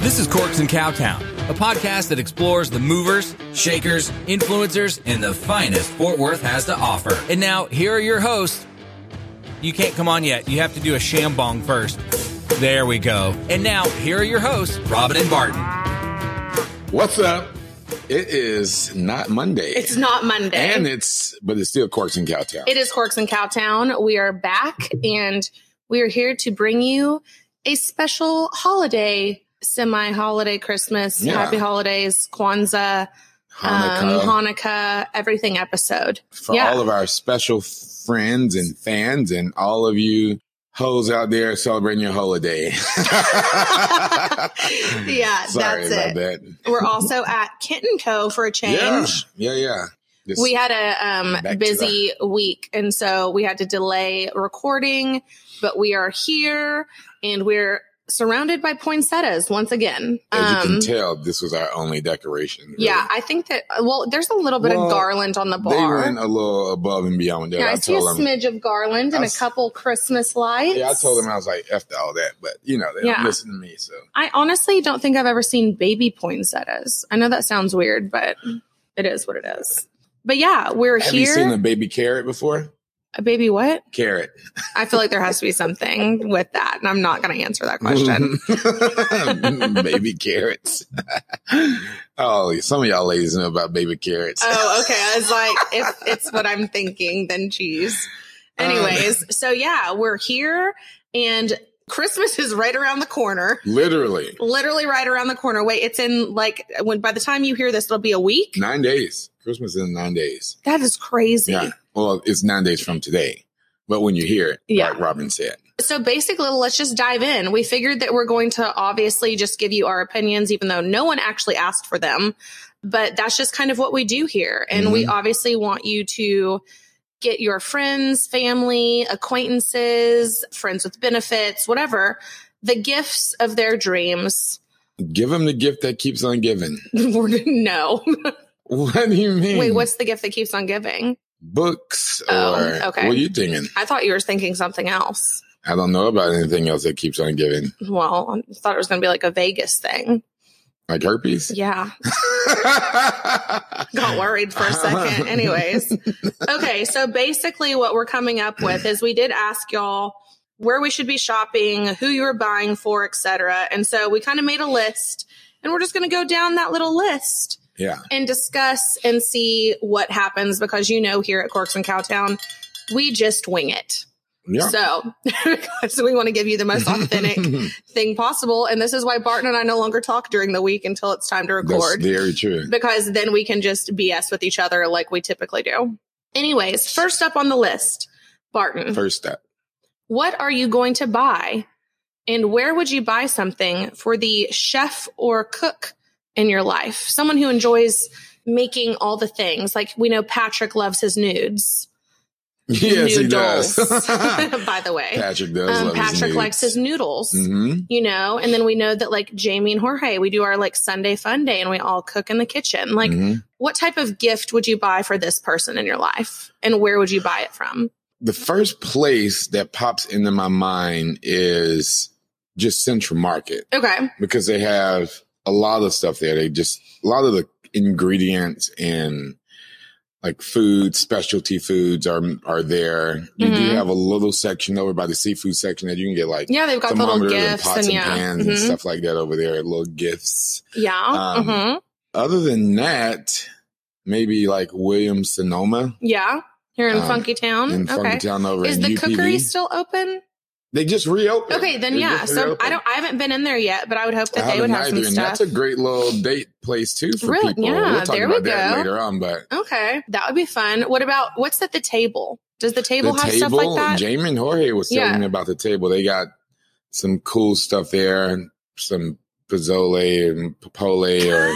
This is Corks and Cowtown, a podcast that explores the movers, shakers, influencers, and the finest Fort Worth has to offer. And now, here are your hosts. You can't come on yet. You have to do a shambong first. There we go. And now, here are your hosts, Robin and Barton. What's up? It is not Monday. It's not Monday. and it's but it's still Corks and Cowtown. it is Corks and Cowtown. We are back and we are here to bring you a special holiday, semi holiday Christmas, Yeah. happy holidays, Kwanzaa, Hanukkah Um, Hanukkah, everything episode. for yeah. all of our special friends and fans and all of you hoes out there celebrating your holiday. yeah, Sorry that's about that. it. We're also at Kent and Co for a change. Yeah, yeah, yeah. Just- We had a Back to um, busy week, and so we had to delay recording, but we are here and we're surrounded by poinsettias once again. as you Um, can tell, this was our only decoration. really. yeah, I think that, uh, well, there's a little bit Well, of garland on the They bar. went a little above and beyond. yeah, I, see a told them. smidge of garland and I a s- couple Christmas lights. Yeah, I told them I was like, "F all that," but you know they Yeah. don't listen to me. So I honestly don't think I've ever seen baby poinsettias. I know that sounds weird, but it is what it is. But yeah, we're have you here. seen a baby carrot before? a baby what? Carrot. I feel like there has to be something with that, and I'm not going to answer that question. baby carrots. oh, some of y'all ladies know about baby carrots. oh, okay. I was like, if it's what I'm thinking, then geez. Um. Anyways, so yeah, we're here, and Christmas is right around the corner. Literally Literally right around the corner. Wait, it's in like when by the time you hear this, it'll be a week. nine days. Christmas is in nine days. That is crazy. Yeah. Well, it's nine days from today. But when you hear it, Yeah. like Robin said, So basically, let's just dive in. We figured that we're going to obviously just give you our opinions, even though no one actually asked for them. But that's just kind of what we do here. And we obviously want you to get your friends, family, acquaintances, friends with benefits, whatever, the gifts of their dreams. give them the gift that keeps on giving. no. What do you mean? Wait, what's the gift that keeps on giving? books? Or Oh, okay. what are you thinking? I thought you were thinking something else. I don't know about anything else that keeps on giving, Well, I thought it was going to be like a Vegas thing. like herpes. Yeah. got worried for a second. Anyways, okay, so basically, what we're coming up with is we did ask y'all where we should be shopping, who you were buying for, etc. And so we kind of made a list, and we're just going to go down that little list yeah. and discuss and see what happens because you know here at Corks and Cowtown, we just wing it. Yeah. So, so we want to give you the most authentic thing possible, and this is why Barton and I no longer talk during the week until it's time to That's record very true. because then we can just BS with each other like we typically do. Anyways, first up on the list, Barton, First step. what are you going to buy? And where would you buy something for the chef or cook in your life? Someone who enjoys making all the things. Like we know Patrick loves his nudes. Yes, he noodles, does. by the way. Patrick does. Um, love Patrick his likes his noodles, hmm you know, and then we know that like Jamie and Jorge, we do our like Sunday fun day and we all cook in the kitchen. Mm. Like mm-hmm. what type of gift would you buy for this person in your life and where would you buy it from The mm-hmm. first place that pops into my mind is just Central Market okay because they have a lot of stuff there. They just a lot of the ingredients and like food, specialty foods are are there. You do Mhm. have a little section over by the seafood section that you can get like yeah they've got the little thermometers and gifts pots and, and, yeah pans and Mhm. stuff like that over there. Little gifts. yeah Um, mhm. Other than that, maybe like Williams Sonoma yeah here in um, funky town in okay Funkytown over is in the UPV. cookery still open They just reopened. okay then They yeah just so reopened. i don't i haven't been in there yet but i would hope I that they haven't would have some either, and stuff That's a great little date place too for Really? people. Yeah, we'll talk there we about that go. later on. But okay that would be fun what about what's at the table does the table the have table, stuff like that Jamie and Jorge was telling Yeah. me about the table. They got some cool stuff there, some pozole and popole or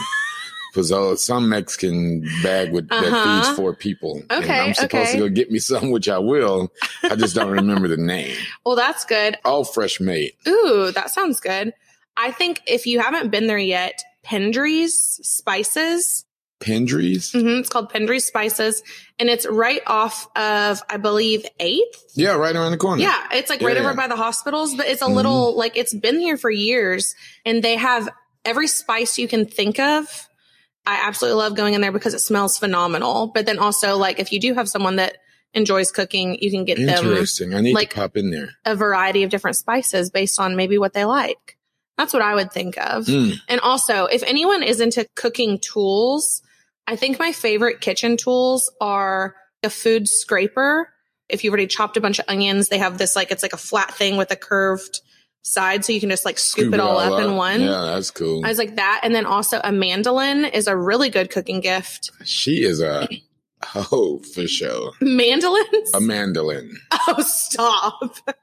pozole, some Mexican bag with that Uh-huh. feeds four people. and Okay, I'm supposed okay. to go get me some, which I will. I just don't remember the name. well that's good All fresh made. Ooh, that sounds good. I think if you haven't been there yet, Pendry's Spices Pendries. hmm It's called Pendry Spices, and it's right off of, I believe, 8th. Yeah, right around the corner. Yeah, it's like right Yeah. over by the hospitals, but it's a Mhm. little like it's been here for years, and they have every spice you can think of. I absolutely love going in there because it smells phenomenal. But then also, like if you do have someone that enjoys cooking, you can get them Interesting. I need like- to pop in there. a variety of different spices based on maybe what they like. That's what I would think of. Mm. And also, if anyone is into cooking tools, I think my favorite kitchen tools are a food scraper. If you've already chopped a bunch of onions, they have this like, it's like a flat thing with a curved side. So you can just like scoop, it all up, in one. Yeah, that's cool. I was like that. And then also a mandolin is a really good cooking gift. she is a oh for sure. Mandolins? A mandolin. Oh, stop.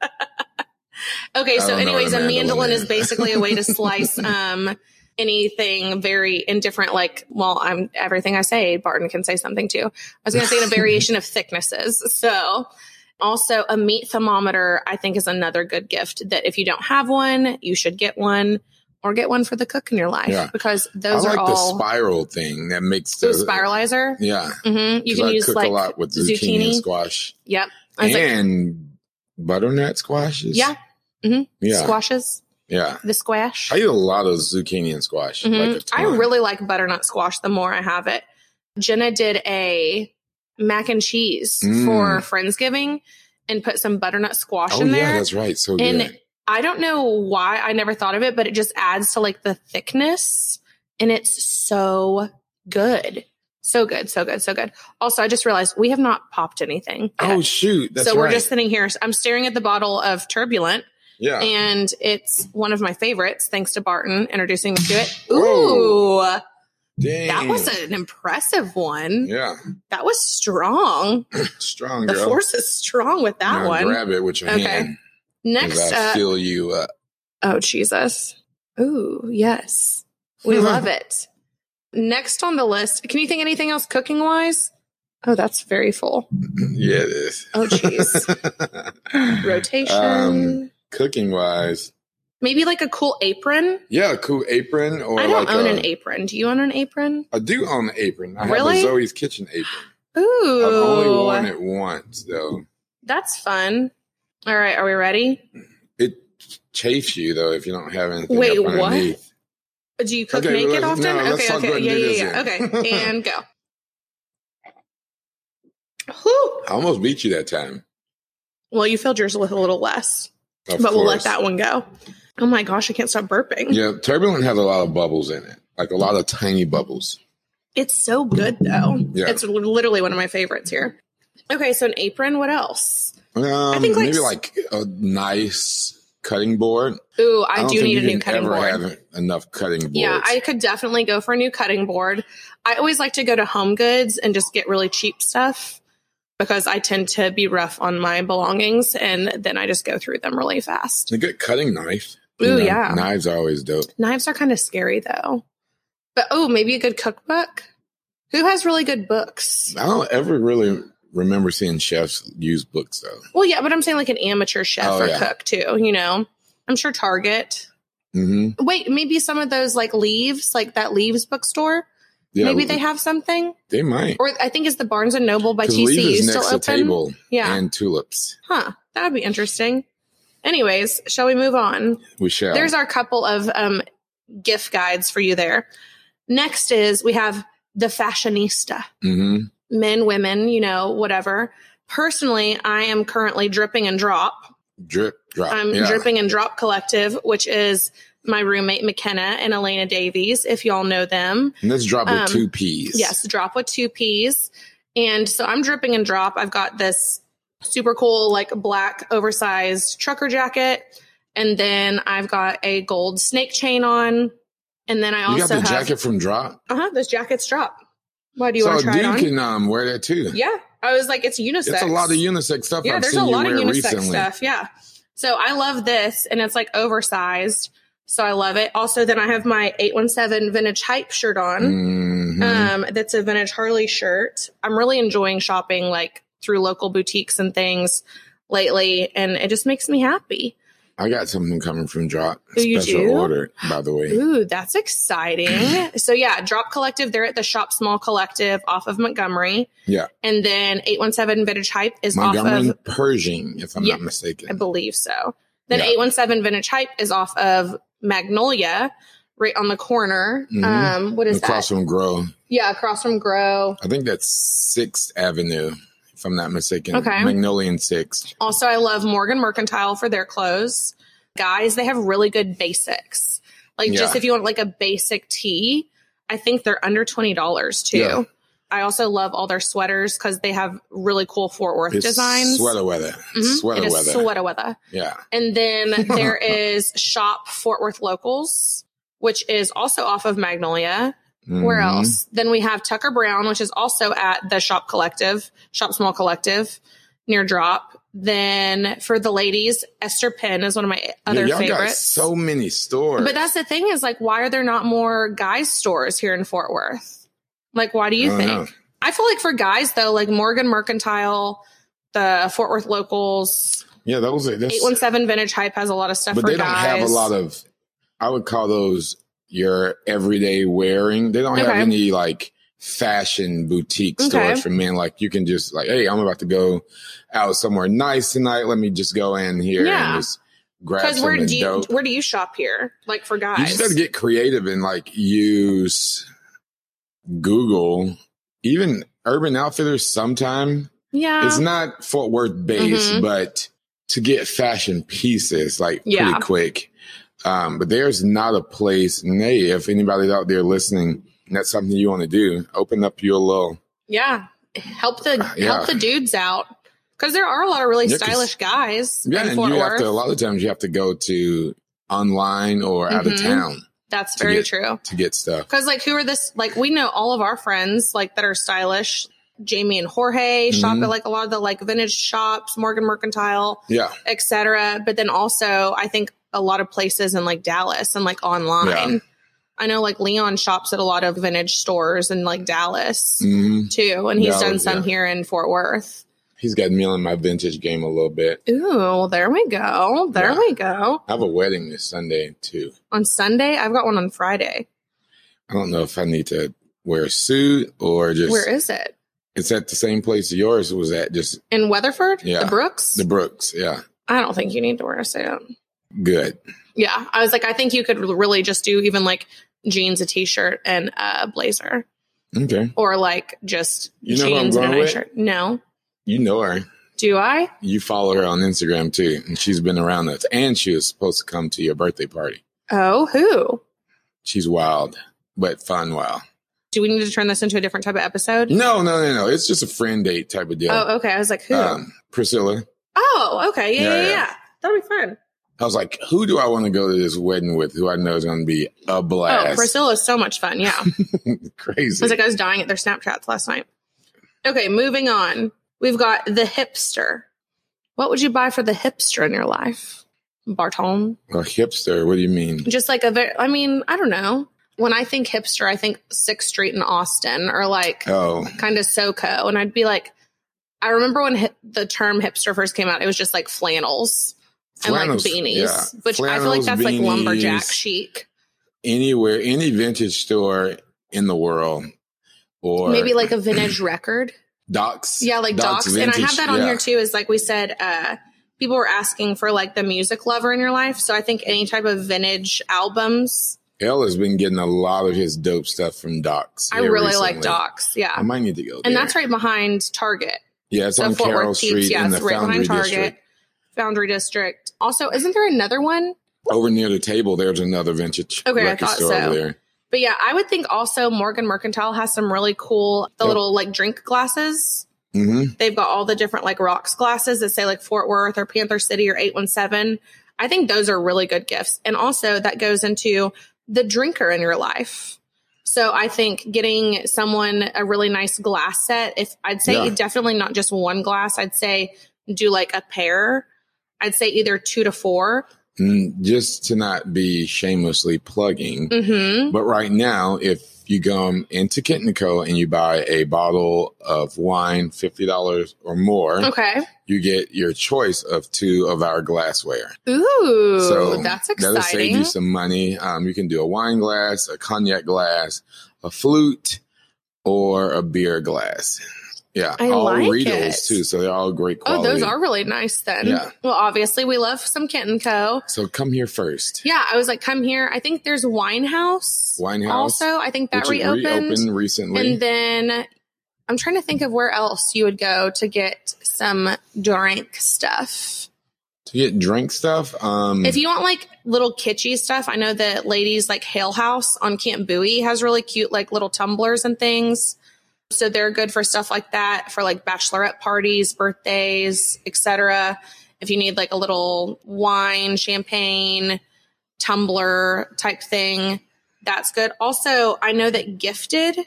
okay, I so don't know what anyways, a a mandolin mandolin is is. basically a way to slice um anything very indifferent like well i'm everything i say barton can say something too i was going to say in a variation of thicknesses so also a meat thermometer i think is another good gift that if you don't have one you should get one or get one for the cook in your life Yeah. because those I like are the all spiral thing that makes Ooh, the spiralizer Yeah, mm-hmm. you 'cause can I use cook like a lot with zucchini, and zucchini squash yep i was like and butternut squashes. yeah yeah, squashes yeah. the squash. I eat a lot of zucchini and squash. Mhm. Like a I ton. really like butternut squash the more I have it. Jenna did a mac and cheese Mm. for Friendsgiving and put some butternut squash Oh in yeah, there. that's right. So And- good. I don't know why I never thought of it, but it just adds to like the thickness and it's so good. So good, so good, so good. Also, I just realized we have not popped anything. Oh yet. shoot, that's so we're right. just sitting here. I'm staring at the bottle of Turbulent yeah. and it's one of my favorites. Thanks to Barton introducing me to it. Ooh, Whoa. Dang. that was an impressive one. yeah, That was strong. strong The girl. force is strong with that Now one. Grab it with your Okay. hand. 'cause Next uh, I up, fill you up. oh Jesus, ooh yes, we love it. Next on the list, can you think anything else cooking wise? Oh, that's very full. Yeah, it is. Oh jeez, rotation. Um, cooking wise, Maybe like a cool apron. yeah, a cool apron or I don't like own a, an apron. Do you own an apron? I do own an apron. I have Really? a Zoe's kitchen apron. Ooh, I've only worn it once though. That's fun. All right, are we ready? It chafes you though if you don't have anything. Wait, up what? underneath. Do you cook Okay, naked let's- often? no, let's okay, not go okay, and yeah, do this yeah, yeah. yet. Okay, and go. Whew. I almost beat you that time. Well, you filled yours with a little less, Of but we'll let course. that one go. Oh my gosh, I can't stop burping. Yeah, turbulent has a lot of bubbles in it, like a lot of tiny bubbles. It's so good though. Yeah. It's literally one of my favorites here. Okay, so an apron. What else? Um, think, like, maybe like a nice cutting board. Ooh, I, don't do think need a you new can cutting ever board. Have enough cutting boards. Yeah, I could definitely go for a new cutting board. I always like to go to Home Goods and just get really cheap stuff because I tend to be rough on my belongings and then I just go through them really fast. a good cutting knife. Ooh, You know, yeah. knives are always dope. Knives are kind of scary though. But oh, maybe a good cookbook? Who has really good books? I don't ever really remember seeing chefs use books though. Well, yeah, but I'm saying like an amateur chef Oh, or yeah. cook too, you know? I'm sure Target. Mm-hmm. Wait, maybe some of those like leaves, like that leaves bookstore. Yeah, maybe they have something. they might. Or I think is the Barnes and Noble by Because leaf TCU is still next open? to table Yeah. and tulips. Huh. That would be interesting. Anyways, shall we move on? We shall. There's our couple of um, gift guides for you there. Next is we have the fashionista hmm men, women, you know, whatever. Personally, I am currently dripping and drop. drip drop. I'm yeah. dripping and drop collective, which is my roommate McKenna and Elena Davies, if y'all know them. And let's drop Um, with two P's. Yes, drop with two P's. And so I'm dripping and drop. I've got this super cool, like black oversized trucker jacket. And then I've got a gold snake chain on. And then I You also got the have, jacket from Drop. uh huh, those jackets drop. Why do you so want a to try dude it on? can um, wear that too. yeah. I was like, it's unisex. It's a lot of unisex stuff Yeah, I've there's seen a lot you of wear unisex recently. stuff. Yeah. So I love this and it's like oversized. So I love it. Also, then I have my 817 vintage hype shirt on. Mhm. Um, that's a vintage Harley shirt. I'm really enjoying shopping like through local boutiques and things lately, and it just makes me happy. I got something coming from Drop. Ooh, you Special do? order, by the way. Ooh, that's exciting. so yeah, Drop Collective, they're at the Shop Small Collective off of Montgomery. Yeah. And then 817 Vintage Hype is off Montgomery of, Pershing, if I'm Yeah, not I mistaken. believe so. Then Yeah. 817 Vintage Hype is off of Magnolia, right on the corner. Mhm. Um, what is Across that? from Grow. Yeah, across from Grow. I think that's Sixth Avenue, if I'm not mistaken. Okay. Magnolia and Sixth. Also, I love Morgan Mercantile for their clothes. Guys, they have really good basics. Like just Yeah. if you want like a basic tee, I think they're under twenty dollars too. Yeah. I also love all their sweaters because they have really cool Fort Worth It's designs. Sweater weather. Mhm. Sweater It is weather. sweater weather. yeah. And then there is Shop Fort Worth Locals, which is also off of Magnolia. Where Mhm. else? Then we have Tucker Brown, which is also at the Shop Collective, Shop Small Collective near Drop. Then for the ladies, Esther Penn is one of my other yeah, y'all got favorites. so many stores. but that's the thing is like, why are there not more guys stores here in Fort Worth? Like, why do you I don't think? know. I feel like for guys though, like Morgan Mercantile, the Fort Worth locals, Yeah, those are that's, eight one seven Vintage Hype has a lot of stuff. but for they don't guys. have a lot of i would call those your everyday wearing they don't have Okay. any like fashion boutique Okay. stores for men like you can just like hey i'm about to go out somewhere nice tonight let me just go in here Yeah. and just grab Because where something do you dope where do you shop here? Like for guys, you just gotta get creative and like use google even urban outfitters sometime yeah, it's not Fort Worth based, Mhm. but to get fashion pieces like Yeah. pretty quick. Um, but there's not a place, nay, if anybody's out there listening, and that's something you want to do, open up your little. yeah. Help the Uh, Yeah. help the dudes out because there are a lot of really Yeah, 'cause- stylish guys Yeah, in and Fort you have Worth. to, a lot of times you have to go to online or out of Mhm. town That's to very get- true. to get stuff. Because like, who are this? Like, we know all of our friends like that are stylish. Jamie and Jorge shop Mhm. at like a lot of the like vintage shops, Morgan Mercantile. Yeah. etc. But then also, I think a lot of places in like Dallas and like online. Yeah. I know like Leon shops at a lot of vintage stores in like Dallas hmm too, and he's Dallas, done some yeah. here in Fort Worth. He's got me on my vintage game a little bit. Ooh, there we go. There Yeah. we go. I have a wedding this Sunday too. On Sunday, I've got one on Friday. I don't know if I need to wear a suit or just. Where is it? it's at the same place yours was at, just In Weatherford? Yeah. The Brooks? the Brooks. Yeah. I don't think you need to wear a suit. Good. Yeah. I was like, I think you could really just do even like jeans, a t shirt, and a blazer. Okay. Or like just You know who I'm jeans and a going nice with? shirt. No. You know her. Do I? You follow her on Instagram too, and she's been around us. And she was supposed to come to your birthday party. Oh, who? She's wild, but fun wild. Do we need to turn this into a different type of episode? No, no, no, no. It's just a friend date type of deal. Oh, okay. I was like, who? Um, Priscilla. oh, okay. Yeah, yeah, yeah, yeah. yeah. That'll be fun. I was like, who do I want to go to this wedding with? Who I know is going to be a Oh, blast. Priscilla's so much fun. Yeah. I Crazy. was like, I was dying at their Snapchats last night. Okay, moving on. We've got the hipster. What would you buy for the hipster in your life? Bartone? a hipster. What do you mean? Just like a very, I mean, I don't know. When I think hipster, I think 6th Street in Austin or like Oh, kind of SoCo. And I'd be like, I remember when hi- the term hipster first came out, it was just like flannels, flannels. and like beanies, Yeah. which I feel like Flannels, that's like lumberjack beanies. chic. Anywhere, any vintage store in the world. Or Maybe like a vintage record. Docs. Yeah, like docs. And I Vintage, have that on yeah. here too, is like we said, uh, people were asking for like the music lover in your life. So I think any type of vintage albums, L has been getting a lot of his dope stuff from Docs. I here really recently. like docs. Yeah. I might need to go. and there. that's right behind Target. Yeah, it's So on Fort Carroll Worth Street Peeps. Yeah, in the it's right Foundry behind Target. District. Foundry District. Also, isn't there another one? Over near the table, there's another vintage Okay, I record thought store so. over there. But yeah, I would think also Morgan Mercantile has some really cool the Yep. little like drink glasses. hmm They've got all the different like rocks glasses that say like Fort Worth or Panther City or 817. I think those are really good gifts. And also that goes into the drinker in your life. So I think getting someone a really nice glass set, if I'd say Yeah. definitely not just one glass, I'd say do like a pair. I'd say either two to 4 mm-hmm. Mm, just to not be shamelessly plugging. Mm-hmm. But right now, if you come into Kitnico and you buy a bottle of wine, $50 or more, Okay. you get your choice of two of our glassware. Ooh, so that's that'll save you exciting. some money. Um, you can do a wine glass, a cognac glass, a flute, or a beer glass. Yeah, I all like Riedels it. too. So they're all great Oh, quality. those are really nice then. Yeah. Well, obviously we love some Kent & Co. So come here first. Yeah, I was like, come here. I think there's Wine House. Winehouse, Also, I think that which reopened. reopened recently. And then I'm trying to think of where else you would go to get some drink stuff. to get drink stuff, um, If you want like little kitschy stuff, I know that ladies like Hale House on Camp Bowie has really cute like little tumblers and things. So they're good for stuff like that for like bachelorette parties, birthdays, etc. If you need like a little wine, champagne, tumbler type thing, that's good. Also, I know that gifted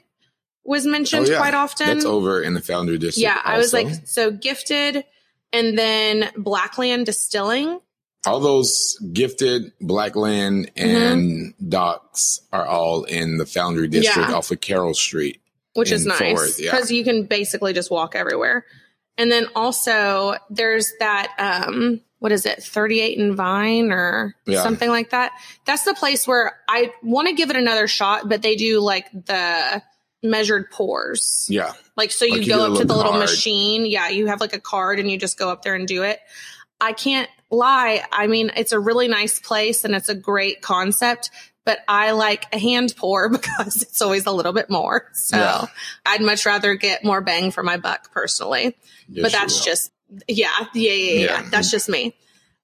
was mentioned Oh, yeah. quite often. that's over in the Founder District. yeah, I was also. like so gifted and then Blackland Distilling. all those gifted Blackland Mm-hmm. and docks are all in the Foundry District Yeah. off of Carroll Street. which is in nice Fort, because yeah. you can basically just walk everywhere. And then also there's that um what is it 38 and Vine or Yeah. something like that. That's the place where I want to give it another shot, but they do like the measured pours. Yeah, Like so you Like, you get go a up to little the little card. machine. Yeah, you have like a card and you just go up there and do it. I can't lie. I mean, it's a really nice place and it's a great concept, but I like a hand pour because it's always a little bit more. So Yeah. I'd much rather get more bang for my buck personally. Yes, but you that's will. just yeah, yeah, yeah, yeah, Yeah. yeah. That's just me.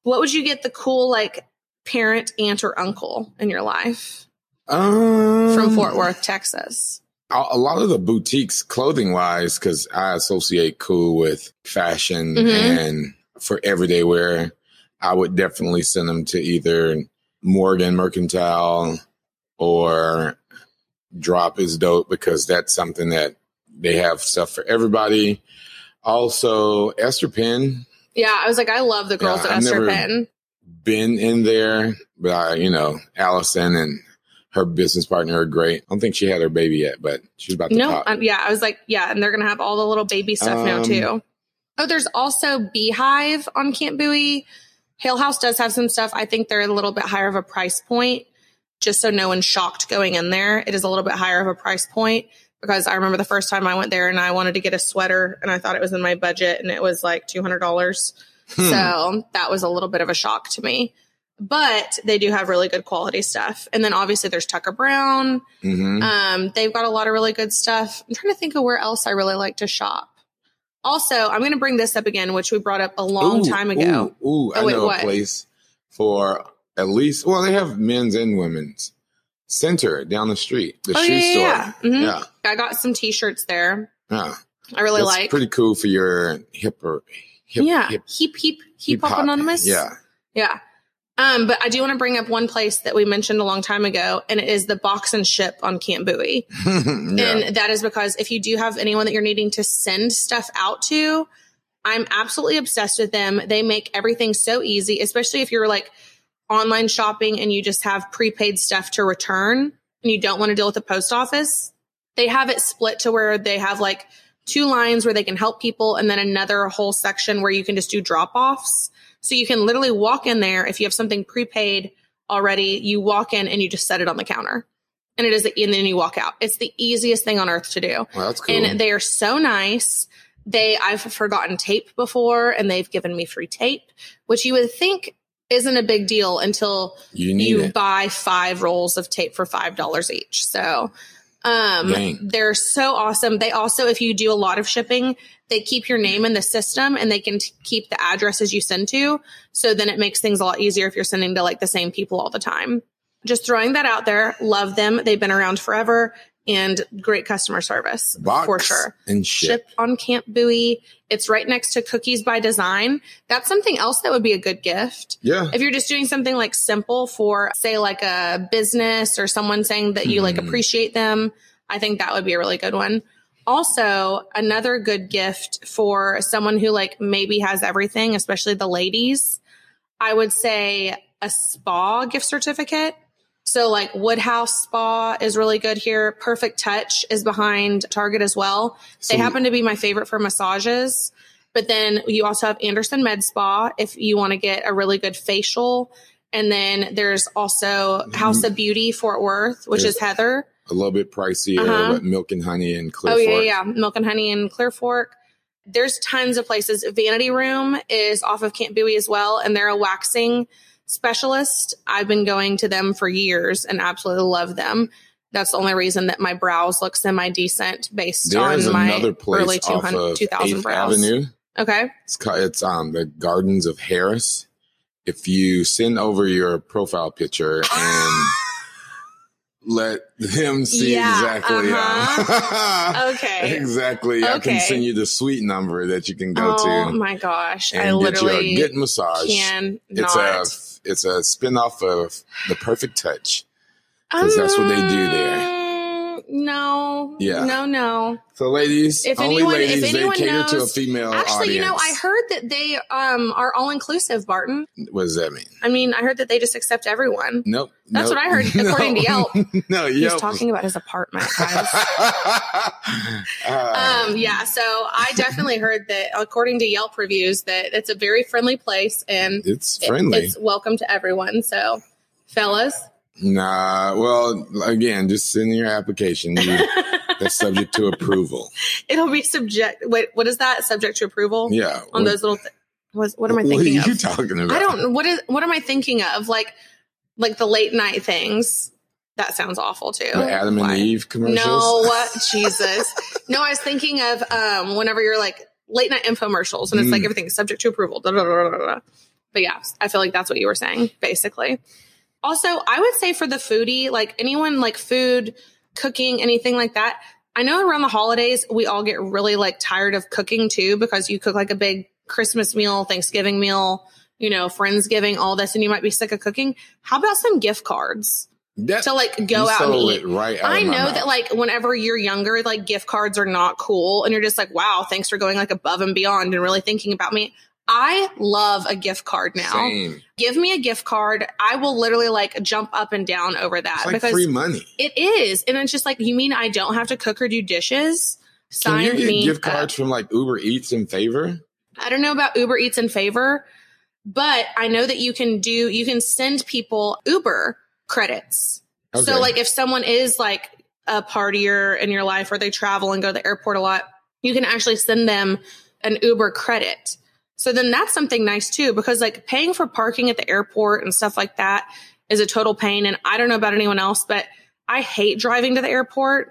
What would you get the cool like parent, aunt or uncle in your life um, from Fort Worth, Texas? a a lot of the boutiques clothing wise because i associate cool with fashion Mhm. and for everyday wear i would definitely send them to either morgan mercantile or drop is dope because that's something that they have stuff for everybody also esther penn Yeah, I was like, I love the girls Yeah, at I've Esther never- Penn. been in there but I, you know allison and her business partner are great i don't think she had her baby yet but she's about to No, pop um, yeah, I was like, yeah, and they're gonna have all the little baby stuff now Um, too. Oh, there's also Beehive on Camp Bowie. Hale House does have some stuff. I think they're a little bit higher of a price point, just so no one's shocked going in there. It is a little bit higher of a price point because I remember the first time I went there and I wanted to get a sweater and I thought it was in my budget and it was like two hundred dollars. Hmm. So that was uh, a little bit of a shock to me. But they do have really good quality stuff. And then obviously there's Tucker Brown. Mhm. Um, they've got a lot of really good stuff. I'm trying to think of where else I really like to shop. Also, I'm going to bring this up again, which we brought up a long Ooh, time ago. Ooh, ooh, I Oh, wait, know what? a place for at least. Well, they have men's and women's center down the street, the Oh, shoe yeah, yeah, store. yeah. Mhm. yeah, I got some T-shirts there. yeah. I really That's like. pretty cool for your hip or hip, yeah, hip, heap heap heap hop hop. anonymous. Yeah, yeah. Um, but I do want to bring up one place that we mentioned a long time ago, and it is the Box and Ship on Camp Bowie. yeah. And that is because if you do have anyone that you're needing to send stuff out to, I'm absolutely obsessed with them. They make everything so easy, especially if you're like online shopping and you just have prepaid stuff to return and you don't want to deal with the post office. They have it split to where they have like two lines where they can help people and then another whole section where you can just do drop offs. So you can literally walk in there if you have something prepaid already, you walk in and you just set it on the counter. And it is the, and then you walk out. It's the easiest thing on earth to do. Well, that's cool. And they are so nice. They I've forgotten tape before and they've given me free tape, which you would think isn't a big deal until you need you it. buy five rolls of tape for five dollars each. So um Dang. they're so awesome. They also, if you do a lot of shipping, they keep your name in the system and they can t- keep the addresses you send to. So then it makes things a lot easier if you're sending to like the same people all the time. Just throwing that out there. Love them. They've been around forever and great customer service Box for sure and ship. ship on Camp Bowie. It's right next to Cookies by Design. That's something else that would be a good gift. Yeah, If you're just doing something like simple for, say, like a business or someone saying that you like Hmm. appreciate them, I think that would be a really good one. Also, another good gift for someone who like maybe has everything, especially the ladies, I would say a spa gift certificate. So like Woodhouse Spa is really good here. Perfect Touch is behind Target as well. So- they happen to be my favorite for massages. But then you also have Anderson Med Spa if you want to get a really good facial. And then there's also Mm-hmm. House of Beauty Fort Worth, which is Heather. a little bit pricier, Uh-huh. but Milk and Honey and Clear oh yeah, Fork. yeah, Milk and Honey and Clear Fork. There's tons of places. Vanity Room is off of Camp Bowie as well, and they're a waxing specialist. I've been going to them for years and absolutely love them. That's the only reason that my brows look semi decent based There is on my another place early off 200, of 2000 Eighth brows. Avenue. Okay. It's ca- it's um the Gardens of Harris. If you send over your profile picture and let them see Yeah, uh-huh. exactly uh, Okay. exactly, I Okay. can send you the suite number that you can go oh to my gosh. I and get you a literally good massage. can it's not. a it's a spinoff of the Perfect Touch. 'cause that's what they do there. Um, No. Yeah. No, no. So, ladies, If only anyone- if ladies, they anyone cater to a knows- female Actually, audience. you know, I heard that they um, are all inclusive, Barton. What does that mean? I mean, I heard that they just accept everyone. Nope. That's nope, what I heard, according to Yelp. no, He's Yelp. talking about his apartment, guys. Uh, um, yeah, so I definitely heard that, according to Yelp reviews, that it's a very friendly place and it's it- friendly. it's welcome to everyone. So, fellas, nah. Well, again, just send your application. You- that's subject to approval. it'll be subject. Wait, what is that? Subject to approval Yeah. on What- those little. Th- was what am I what thinking are you of? talking about? I don't. What is? What am I thinking of? Like, like the late night things. That sounds awful too. The Adam and Why? Eve commercials. No, Jesus. No, I was thinking of um, whenever you're like late night infomercials and it's like Mm. everything's subject to approval. da, da, da, da, da, da. But yeah, I feel like that's what you were saying, basically. Also, I would say for the foodie, like anyone like food, cooking, anything like that. I know around the holidays, we all get really like tired of cooking too because you cook like a big Christmas meal, Thanksgiving meal, you know, Friendsgiving, all this, and you might be sick of cooking. How about some gift cards That, to like you go out and stole eat? it right out I of my know mouth. that like whenever you're younger, like gift cards are not cool and you're just like, wow, thanks for going like above and beyond and really thinking about me. I love a gift card now. Same. Give me a gift card. I will literally like jump up and down over that It's like because free money. it is. And it's just like, you mean I don't have to cook or do dishes? Can Sign you me get gift up. cards from like Uber Eats in favor? I don't know about Uber Eats in favor, but I know that you can do you can send people Uber credits. Okay. So like if someone is like a partier in your life or they travel and go to the airport a lot, you can actually send them an Uber credit. So then that's something nice too because like paying for parking at the airport and stuff like that is a total pain and I don't know about anyone else but I hate driving to the airport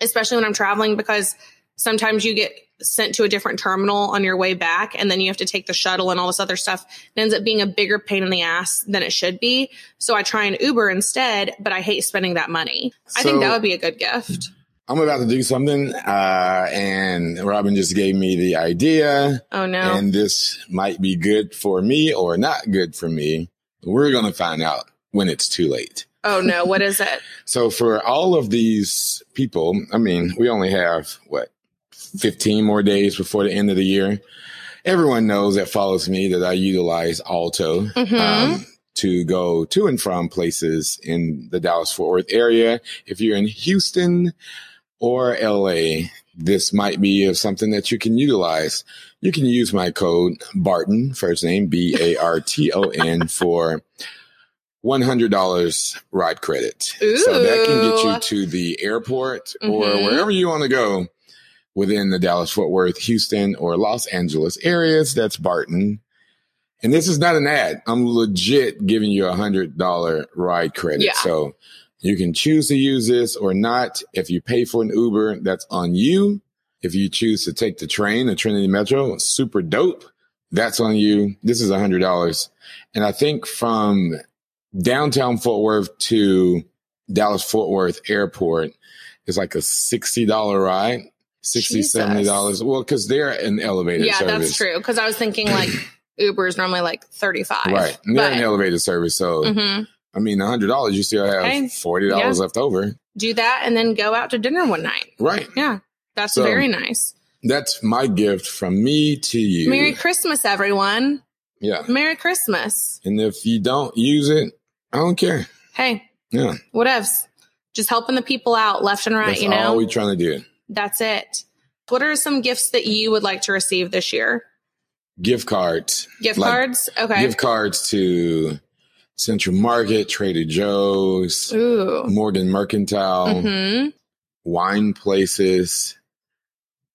especially when I'm traveling because sometimes you get sent to a different terminal on your way back and then you have to take the shuttle and all this other stuff. It ends up being a bigger pain in the ass than it should be. So I try an Uber instead, but I hate spending that money. I think So- that would be a good gift. I'm about to do something, uh, and Robin just gave me the idea, Oh no. and this might be good for me or not good for me. We're going to find out when it's too late. oh no. What is it? So, for all of these people, I mean, we only have what 15 more days before the end of the year. Everyone knows that follows me that I utilize Alto Mhm. um, to go to and from places in the Dallas Fort Worth area. If you're in Houston or LA, this might be something that you can utilize. You can use my code Barton, first name B A R T O N, for $100 ride credit. So that can get Ooh. you to the airport or Mhm. wherever you want to go within the Dallas Fort Worth, Houston, or Los Angeles areas. That's Barton. And this is not an ad. I'm legit giving you a hundred dollar ride credit. Yeah. So you can choose to use this or not. If you pay for an Uber, that's on you. If you choose to take the train, the Trinity Metro, super dope. That's on you. This is a hundred dollars. And I think from downtown Fort Worth to Dallas Fort Worth airport is like a $60 ride. 60 Jesus. $70. Well, because they're an elevated Yeah, service. that's true. Cause I was thinking like Uber is normally like 35. Right. And they're But, an elevated service. So, mhm. I mean, $100, you still have Hey, $40 yeah. left over. do that and then go out to dinner one night. Right. Yeah. That's So- very nice. That's my gift from me to you. Merry Christmas, everyone. yeah. Merry Christmas. And if you don't use it, I don't care. Hey, Yeah. whatevs. Just helping the people out left and right, That's you know? all we're trying to do. That's it. What are some gifts that you would like to receive this year? Gift cards. Gift Like, cards? Okay. Gift cards to Central Market, Trader Joe's, Ooh. Morgan Mercantile, hmm wine places,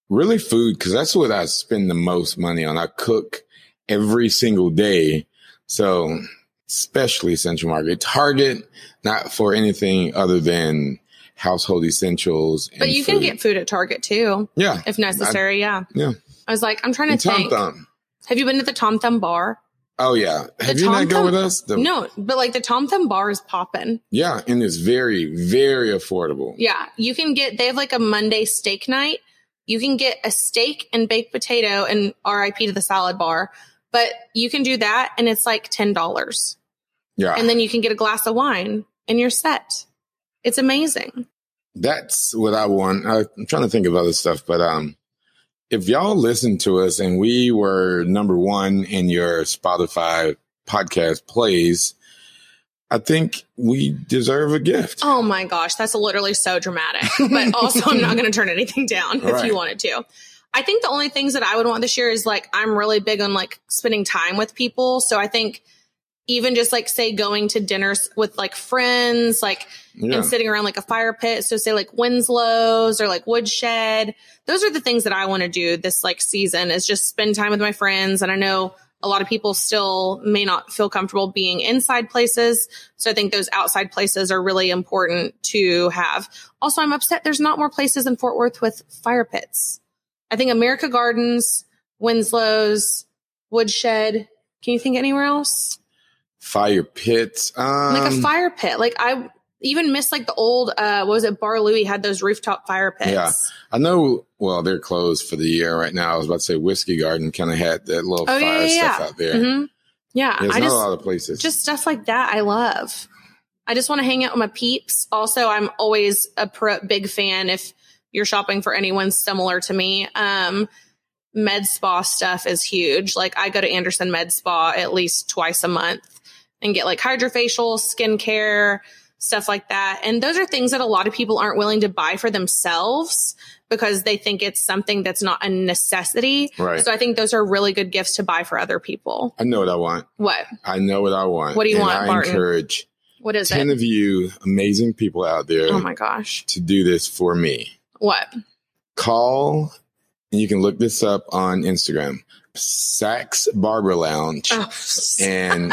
really food, because that's what I spend the most money on. I cook every single day. So, especially Central Market, Target, not for anything other than household essentials. But and you can food. get food at Target too, yeah. if necessary. yeah. yeah. I was like, I'm trying to And Tom think. Thumb. Have you been to the Tom Thumb bar? Oh yeah. Have you Tom not Thumb- gone with us? The- No, but like the Tom Thumb bar is popping. Yeah, and it's very, very affordable. Yeah, you can get. They have like a Monday steak night. You can get a steak and baked potato, and RIP to the salad bar. But you can do that, and it's like ten dollars, Yeah. and then you can get a glass of wine, and you're set. It's amazing. that's what I want. I, I'm trying to think of other stuff, but um, if y'all listen to us and we were number one in your Spotify podcast plays, I think we deserve a gift. Oh my gosh, that's literally so dramatic. But also, I'm not going to turn anything down if Right. you wanted to. I think the only things that I would want this year is like I'm really big on like spending time with people, so I think even just like say going to dinners with like friends, like yeah. and sitting around like a fire pit. So say like Winslow's or like Woodshed. Those are the things that I want to do this like season is just spend time with my friends. And I know a lot of people still may not feel comfortable being inside places. So I think those outside places are really important to have. Also, I'm upset there's not more places in Fort Worth with fire pits. I think America Gardens, Winslow's, Woodshed. Can you think anywhere else? Fire pits. Um, like a fire pit. Like I even miss like the old uh what was it Bar Louie had those rooftop fire pits. Yeah. I know, well, they're closed for the year right now. I was about to say Whiskey Garden kind of had that little fire Oh, yeah, yeah, stuff out there. hmm Yeah, There's I not just a lot of places. just stuff like that I love. I just want to hang out with my peeps. Also, I'm always a pro- big fan if you're shopping for anyone similar to me. Um med spa stuff is huge. Like I go to Anderson Med Spa at least twice a month and get like hydrofacial, skincare, stuff like that. And those are things that a lot of people aren't willing to buy for themselves because they think it's something that's not a necessity. Right. So I think those are really good gifts to buy for other people. I know what I want. What? I know what I want. What do you And want, I Barton? encourage What is 10 it? of you amazing people out there Oh my gosh. to do this for me. What? Call, and you can look this up on Instagram, Saks Barber Lounge, Oh, and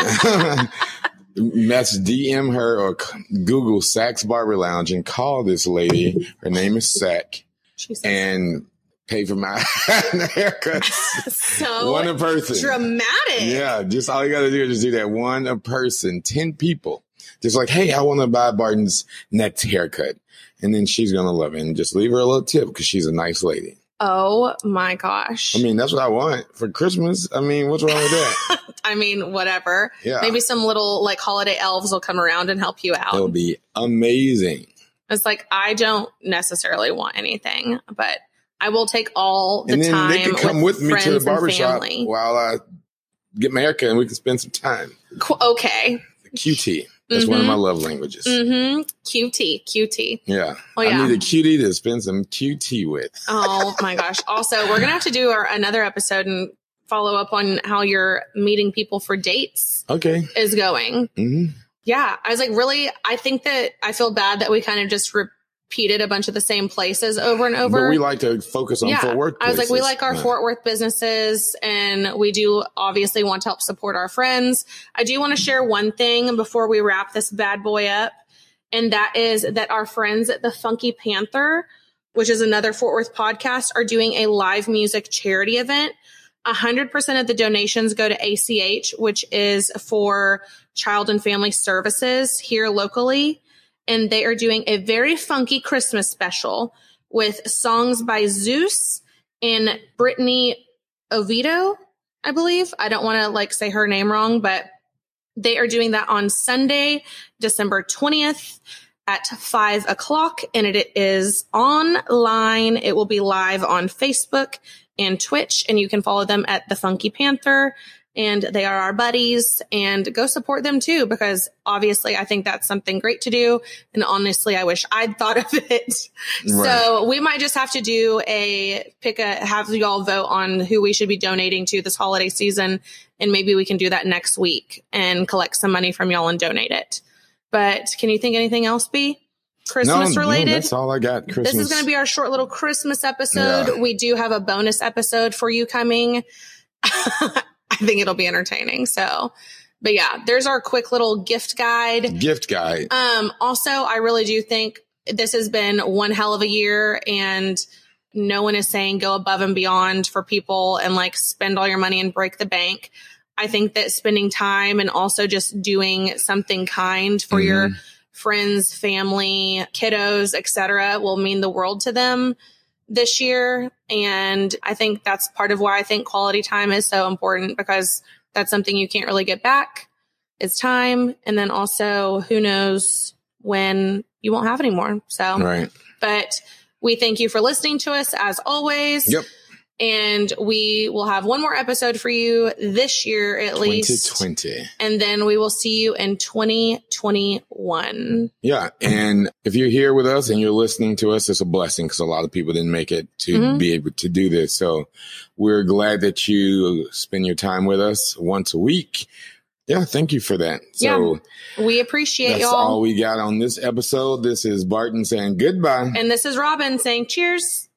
mess DM her or c- Google Saks Barber Lounge and call this lady. Her name is Sack, Jesus. and pay for my haircuts. so One a person. dramatic. Yeah, just all you got to do is just do that one a person, 10 people. Just like, hey, I want to buy Barton's next haircut. And then she's going to love it. And just leave her a little tip because she's a nice lady. Oh my gosh. I mean, that's what I want for Christmas. I mean, what's wrong with that? I mean, whatever. Yeah. Maybe some little like holiday elves will come around and help you out. It'll be amazing. It's like I don't necessarily want anything, but I will take all the and then time. they can come with, me to the friends and barbershop family. while I get my haircut and we can spend some time. Qu- okay. QT. That's one of Mhm. my love languages. Mm-hmm. QT. QT. Yeah. Oh yeah. I need a cutie to spend some QT with. oh my gosh. Also, we're gonna have to do our, another episode and follow up on how you're meeting people for dates Okay. is going. hmm Yeah, I was like, really. I think that I feel bad that we kind of just repeated a bunch of the same places over and over. But we like to focus on Fort Worth. I was like, we places. like our Yeah. Fort Worth businesses and we do obviously want to help support our friends. I do want to share one thing before we wrap this bad boy up. And that is that our friends at the Funky Panther, which is another Fort Worth podcast, are doing a live music charity event. 100% of the donations go to ACH, which is for child and family services here locally. And they are doing a very funky Christmas special with songs by Zeus and Brittany Oviedo, I believe. I don't want to like say her name wrong, but they are doing that on Sunday, December 20th at five o'clock. And it is online. It will be live on Facebook and Twitch. And you can follow them at the Funky Panther and they are our buddies and go support them too because obviously I think that's something great to do and honestly I wish I'd thought of it. Right. So we might just have to do a pick a have y'all vote on who we should be donating to this holiday season and maybe we can do that next week and collect some money from y'all and donate it. But can you think anything else be Christmas related? that's all I got. Christmas. This is going to be our short little Christmas episode. Yeah. We do have a bonus episode for you coming. I think it'll be entertaining. So, but yeah, there's our quick little gift guide. gift guide. Um, also, I really do think this has been one hell of a year and no one is saying go above and beyond for people and like spend all your money and break the bank. I think that spending time and also just doing something kind for your friends, family, kiddos, etc. will mean the world to them this year and I think that's part of why I think quality time is so important because that's something you can't really get back it's time. And then also, who knows when you won't have any more. So, right. but we thank you for listening to us as always. Yep. And we will have one more episode for you this year at least. 2020. And then we will see you in 2021. Yeah. And if you're here with us and you're listening to us, it's a blessing because a lot of people didn't make it to Mhm. be able to do this. So we're glad that you spend your time with us once a week. Yeah. Thank you for that. So We appreciate that's y'all. all we got on this episode. This is Barton saying goodbye. and this is Robin saying cheers.